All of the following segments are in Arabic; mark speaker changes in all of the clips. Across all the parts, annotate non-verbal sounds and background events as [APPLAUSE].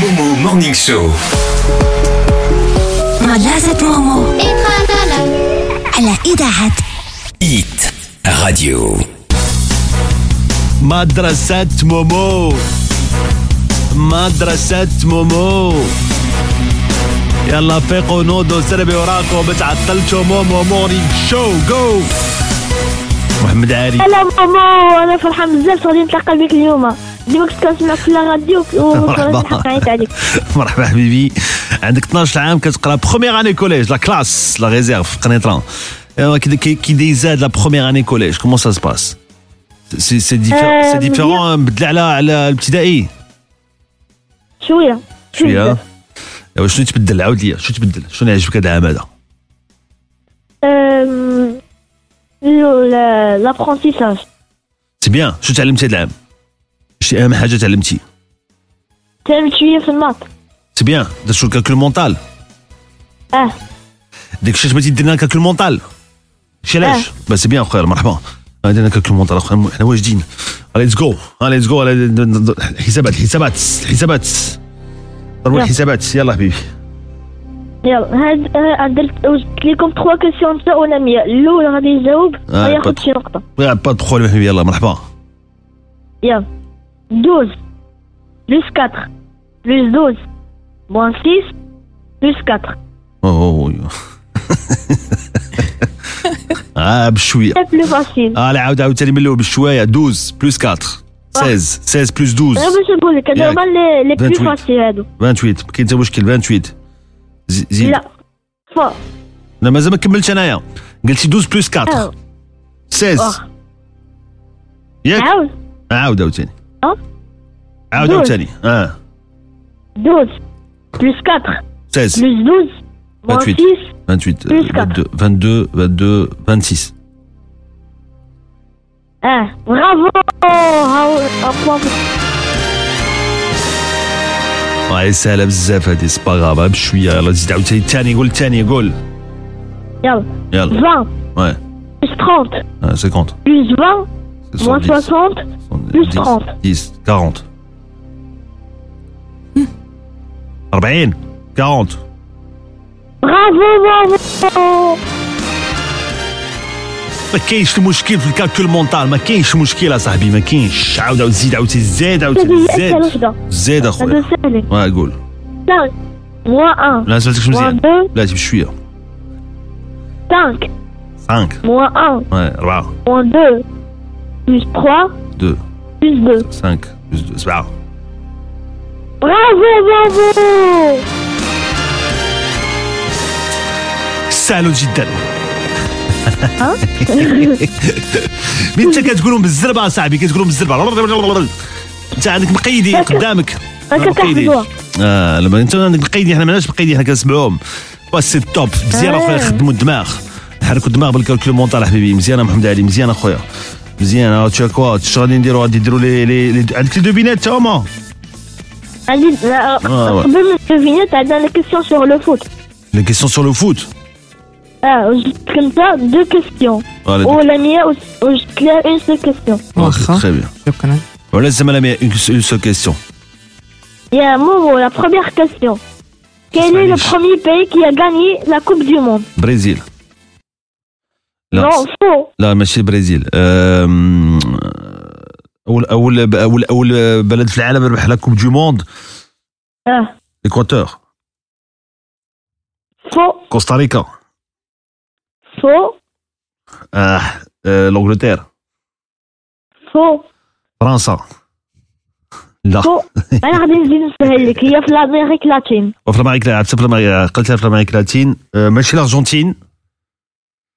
Speaker 1: Momo Morning Show.
Speaker 2: مدرسة مومو على إذاعة
Speaker 1: Hit Radio.
Speaker 3: مدرسة مومو مدرسة مومو يلا فيقوا نودوا سربي وراكم بتعطلتوا مومو مورنينج شو جو محمد عاري
Speaker 4: هلا ماما انا فرحان بزاف غادي نتلاقى بك اليوم ديما كنت كنسمعك في لا راديو
Speaker 3: مرحبا.
Speaker 4: وكنت عيط عليك
Speaker 3: [LAUGHS] مرحبا حبيبي عندك 12 عام كتقرا بخومييغ اني كوليج لا كلاس لا ريزيرف قنيطران ايوا كي كي- كي دايزاد لا بخومييغ اني كوليج كومون سا سباس سي سي ديفيرون
Speaker 4: آه،
Speaker 3: سي ديفيرون بدل على على الابتدائي
Speaker 4: شويه
Speaker 3: شويه
Speaker 4: بزاف.
Speaker 3: ايوا شنو تبدل عاود ليا شنو تبدل شنو يعجبك هذا العام هذا
Speaker 4: أم، ال- ال- لابرونتيساج
Speaker 3: سي بيان شنو تعلمتي هذا العام شتي اهم حاجه تعلمتي
Speaker 4: تعلمت شويه في الماط
Speaker 3: سي بيان درت شو الكالكول مونتال
Speaker 4: اه
Speaker 3: ديك الشيء بغيتي دير لنا كالكول مونتال شي علاش بس سي بيان خويا مرحبا غادي لنا كالكول مونتال اخويا حنا واجدين ليتس جو ليتس جو الحسابات الحسابات الحسابات ضربوا
Speaker 4: يلا.
Speaker 3: الحسابات يلا حبيبي
Speaker 4: يلا هاد آه، أنا درت وجدت لكم تخوا كيسيون تاع ولا 100 الاول غادي يجاوب غادي
Speaker 3: بط.
Speaker 4: ياخذ شي نقطه
Speaker 3: با دخول حبيبي يلا مرحبا
Speaker 4: يلا 12 بلس 4 بلس 12 بوان 6 بلس 4
Speaker 3: اوه اه بشويه
Speaker 4: سي بلو فاسيل
Speaker 3: اه لا عاود عاود ثاني من الاول بشويه 12 بلس 4 16 16 بلس
Speaker 4: انا
Speaker 3: 12
Speaker 4: باش نقول لك هادو
Speaker 3: ياك.
Speaker 4: هما لي- لي بلو
Speaker 3: 28.
Speaker 4: فاسيل هادو
Speaker 3: 28 كاين حتى مشكل 28 زي- زيد
Speaker 4: لا فوا
Speaker 3: لا مازال ما كملتش انايا قلتي 12 بلس 4
Speaker 4: أه.
Speaker 3: 16
Speaker 4: واخ.
Speaker 3: ياك
Speaker 4: عاود
Speaker 3: عاود عاوتاني
Speaker 4: أه.
Speaker 3: عاود
Speaker 4: دوز.
Speaker 3: عاوتاني اه
Speaker 4: 12 بلس 4
Speaker 3: 16
Speaker 4: بلس 12 moins
Speaker 3: 28.
Speaker 4: 6
Speaker 3: 28
Speaker 4: Plus
Speaker 3: 22 22 22 26
Speaker 4: اه برافو هاو un point pour-
Speaker 3: واي سهله بزاف هادي سبا غاب غير بشويه يلا زيد عاوتاني الثاني قول الثاني قول
Speaker 4: يلا
Speaker 3: يلا
Speaker 4: 20
Speaker 3: واه
Speaker 4: plus 30
Speaker 3: آه، 50
Speaker 4: plus 20 moins
Speaker 3: 70
Speaker 4: 60 plus
Speaker 3: 10
Speaker 4: 30.
Speaker 3: 10 40
Speaker 4: Hmm.
Speaker 3: 40 40
Speaker 4: برافو برافو
Speaker 3: ما كاينش المشكل في الكالكول مونتال ما كاينش مشكل اصاحبي ما كاينش عاود عاود زيد عاود زيد عاود
Speaker 4: هذه هي اسهل
Speaker 3: زيد
Speaker 4: وحده
Speaker 3: زيد
Speaker 4: هذا
Speaker 3: اخويا
Speaker 4: سهل
Speaker 3: واه قول
Speaker 4: Cinq, moins 1
Speaker 3: لا سالتكش
Speaker 4: moins
Speaker 3: مزيان
Speaker 4: 2
Speaker 3: لا بشويه
Speaker 4: 5
Speaker 3: 5
Speaker 4: moins 1
Speaker 3: ouais 4
Speaker 4: moins 2 plus 3
Speaker 3: 2
Speaker 4: plus 2
Speaker 3: 5 plus 2 7
Speaker 4: برافو برافو
Speaker 3: سهل جدا مي انت كتقولهم بالزربه صاحبي كتقولهم بالزربه انت عندك مقيدي قدامك
Speaker 4: ما كتحفظوها.
Speaker 3: مقيدي. اه لما انت عندك مقيدي حنا معناش مقيدي حنا كنسمعوهم بس سي توب مزيان
Speaker 4: آه.
Speaker 3: اخويا خدموا الدماغ حركوا الدماغ بالكالكول مونتال حبيبي مزيان محمد علي مزيان اخويا مزيان ها تشا كوا تش غادي نديرو غادي نديرو لي لي لي- عندك لي دوبينات تا هما
Speaker 4: عندي لا،
Speaker 3: آه، ouais.
Speaker 4: قبل ما تفيني عندنا لا كيسيون سور لو فوت
Speaker 3: لي كيسيون سور لو فوت
Speaker 4: اه وجدت لها دو كيسيون
Speaker 3: Ah,
Speaker 4: ولا 100 وجدت لها اون سول كيسيون
Speaker 5: واخا
Speaker 3: تري بيان
Speaker 5: شكرا
Speaker 3: ولا زعما لا مي اون سول كيسيون
Speaker 4: يا مومو لا بروميير كيسيون Quel est le
Speaker 3: Spanish.
Speaker 4: premier pays qui a gagné la Coupe du Monde
Speaker 3: برازيل
Speaker 4: Non, faux.
Speaker 3: لا ماشي برازيل أم، اول اول اول اول بلد في العالم ربح لا كوب دو موند
Speaker 4: آه.
Speaker 3: ايكواتور
Speaker 4: Faux,
Speaker 3: كوستاريكا
Speaker 4: faux,
Speaker 3: اه آه، لونجلتير
Speaker 4: faux,
Speaker 3: فرنسا لا
Speaker 4: faux. أنا غادي نزيد نسهل لك هي في الأمريك اللاتين
Speaker 3: وفي الامريكا لعبت في الامريكا قلتها في الامريكا اللاتين آه، ماشي الارجنتين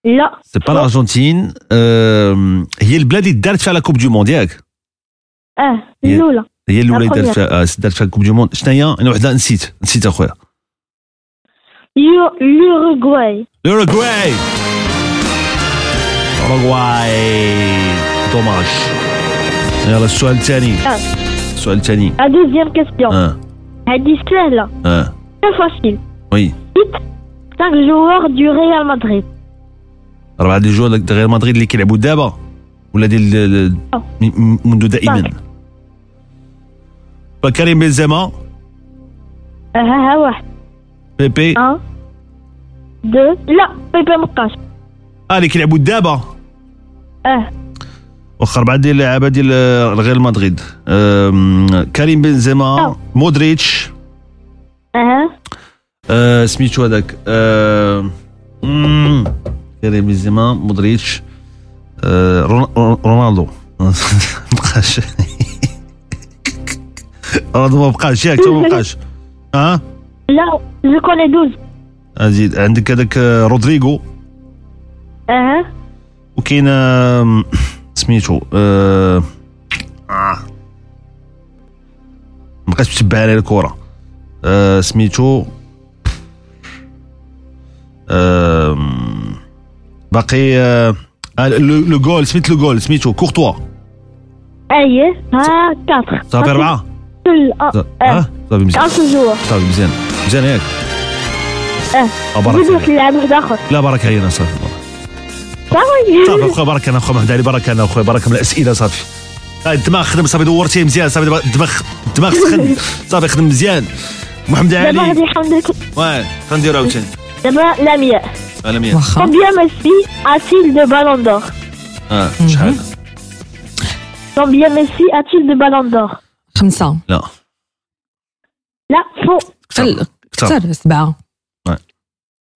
Speaker 4: لا
Speaker 3: سي با الارجنتين آم، هي البلاد اللي دارت فيها لا كوب دو موند ياك
Speaker 4: اه
Speaker 3: هي-
Speaker 4: الأولى
Speaker 3: هي الاولى اللي دارت
Speaker 4: البروميير.
Speaker 3: فيها آه، دارت فيها كوب دو موند شنو هي انا وحده نسيت نسيت اخويا
Speaker 4: يو- الأوروغواي
Speaker 3: L'Uruguay Uruguay دوماج يلا السؤال الثاني
Speaker 4: آه.
Speaker 3: السؤال الثاني
Speaker 4: لا دوزيام كيسيون
Speaker 3: اه
Speaker 4: هادي سهلة
Speaker 3: اه
Speaker 4: سي فاسيل
Speaker 3: وي
Speaker 4: 5 جوار دو ريال مدريد
Speaker 3: أربعة ديال الجوار ديال ريال مدريد اللي كيلعبوا دابا ولا ديال ال-
Speaker 4: آه.
Speaker 3: م- م- منذ دائما
Speaker 4: صحيح.
Speaker 3: فكريم بنزيما
Speaker 4: ها ها واحد
Speaker 3: بيبي
Speaker 4: ان دو لا بيبي مبقاش
Speaker 3: اه اللي كيلعبوا دابا
Speaker 4: اه
Speaker 3: واخا اربعه ديال اللعابه ديال آه، ريال مدريد آم، كريم بنزيما
Speaker 4: آه.
Speaker 3: مودريتش
Speaker 4: اه
Speaker 3: آه، سميتو هذاك آه، مم، كريم بنزيما مودريتش آه، رون- رون- رونالدو [LAUGHS] مبقاش [LAUGHS] رونالدو مبقاش ياك تو مبقاش ها
Speaker 4: لا جو كوني دوز
Speaker 3: أزيد عندك هذاك آه، رودريغو
Speaker 4: اه
Speaker 3: وكاين آم، سميتو آه، آه. ما بقيتش متبع على الكره آه، سميتو آم، باقي آه، آه، لو لو جول سميت لو جول سميتو كورتوا
Speaker 4: ايه ها كاتر
Speaker 3: صافي آه. اربعه صافي-
Speaker 4: اه
Speaker 3: ها صافي مزيان
Speaker 4: كاتر جوا
Speaker 3: صافي مزيان مزيان ياك
Speaker 4: اه
Speaker 3: آه، بارك
Speaker 4: زيد
Speaker 3: عليك.
Speaker 4: واحد اللاعب واحد اخر
Speaker 3: لا بارك علينا صافي صافي
Speaker 4: صافي
Speaker 3: اخويا طيب، بارك انا اخويا محمد علي بارك انا اخويا بارك من الاسئله صافي آه، الدماغ خدم صافي دورتيه مزيان صافي دابا الدماغ الدماغ سخن صافي خدم مزيان محمد
Speaker 4: دابا غادي
Speaker 3: علي
Speaker 4: يحمد لك
Speaker 3: واه غنديرو عاوتاني
Speaker 4: دابا لامياء
Speaker 3: على 100
Speaker 5: واخا
Speaker 4: Combien Messi a-t-il de ballon d'or
Speaker 3: اه شحال
Speaker 4: Combien Messi a-t-il de ballon d'or
Speaker 5: خمسة
Speaker 3: لا
Speaker 4: Là, faux.
Speaker 3: كثر كثر
Speaker 5: كثر سبعة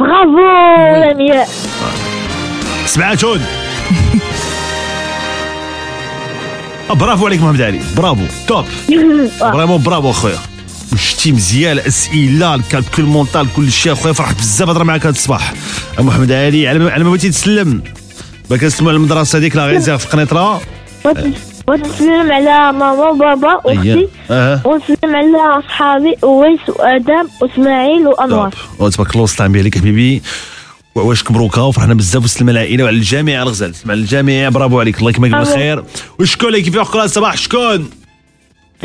Speaker 4: Bravo, [LAUGHS] Lamia.
Speaker 3: سبعة جون آه، برافو عليك محمد علي برافو توب
Speaker 4: Ah,
Speaker 3: فريمون برافو اخويا شتي مزيان الاسئله الكالكول مونتال كل شيء اخويا فرحت بزاف هضر معاك هذا الصباح محمد علي على ما على ما بغيتي تسلم ما كنسلموا على المدرسه ديك لا غيزير في قنيطره
Speaker 4: ونسلم على ماما بابا
Speaker 3: أييه.
Speaker 4: اختي
Speaker 3: اه
Speaker 4: ونسلم على اصحابي اويس وادم واسماعيل
Speaker 3: طاب
Speaker 4: وانوار
Speaker 3: طيب. تبارك الله طعم عليك حبيبي واش مبروكه وفرحنا بزاف وسلم على العائله وعلى الجميع الغزال سلم على الجميع برافو عليك الله يكملك
Speaker 4: برافو.
Speaker 3: بالخير وشكون اللي كيفيق كل صباح شكون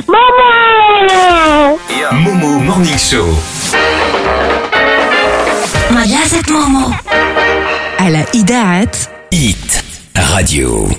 Speaker 4: ماما
Speaker 1: Momo Morning Show.
Speaker 2: مدرسة مومو
Speaker 5: على إذاعة
Speaker 1: Hit Radio.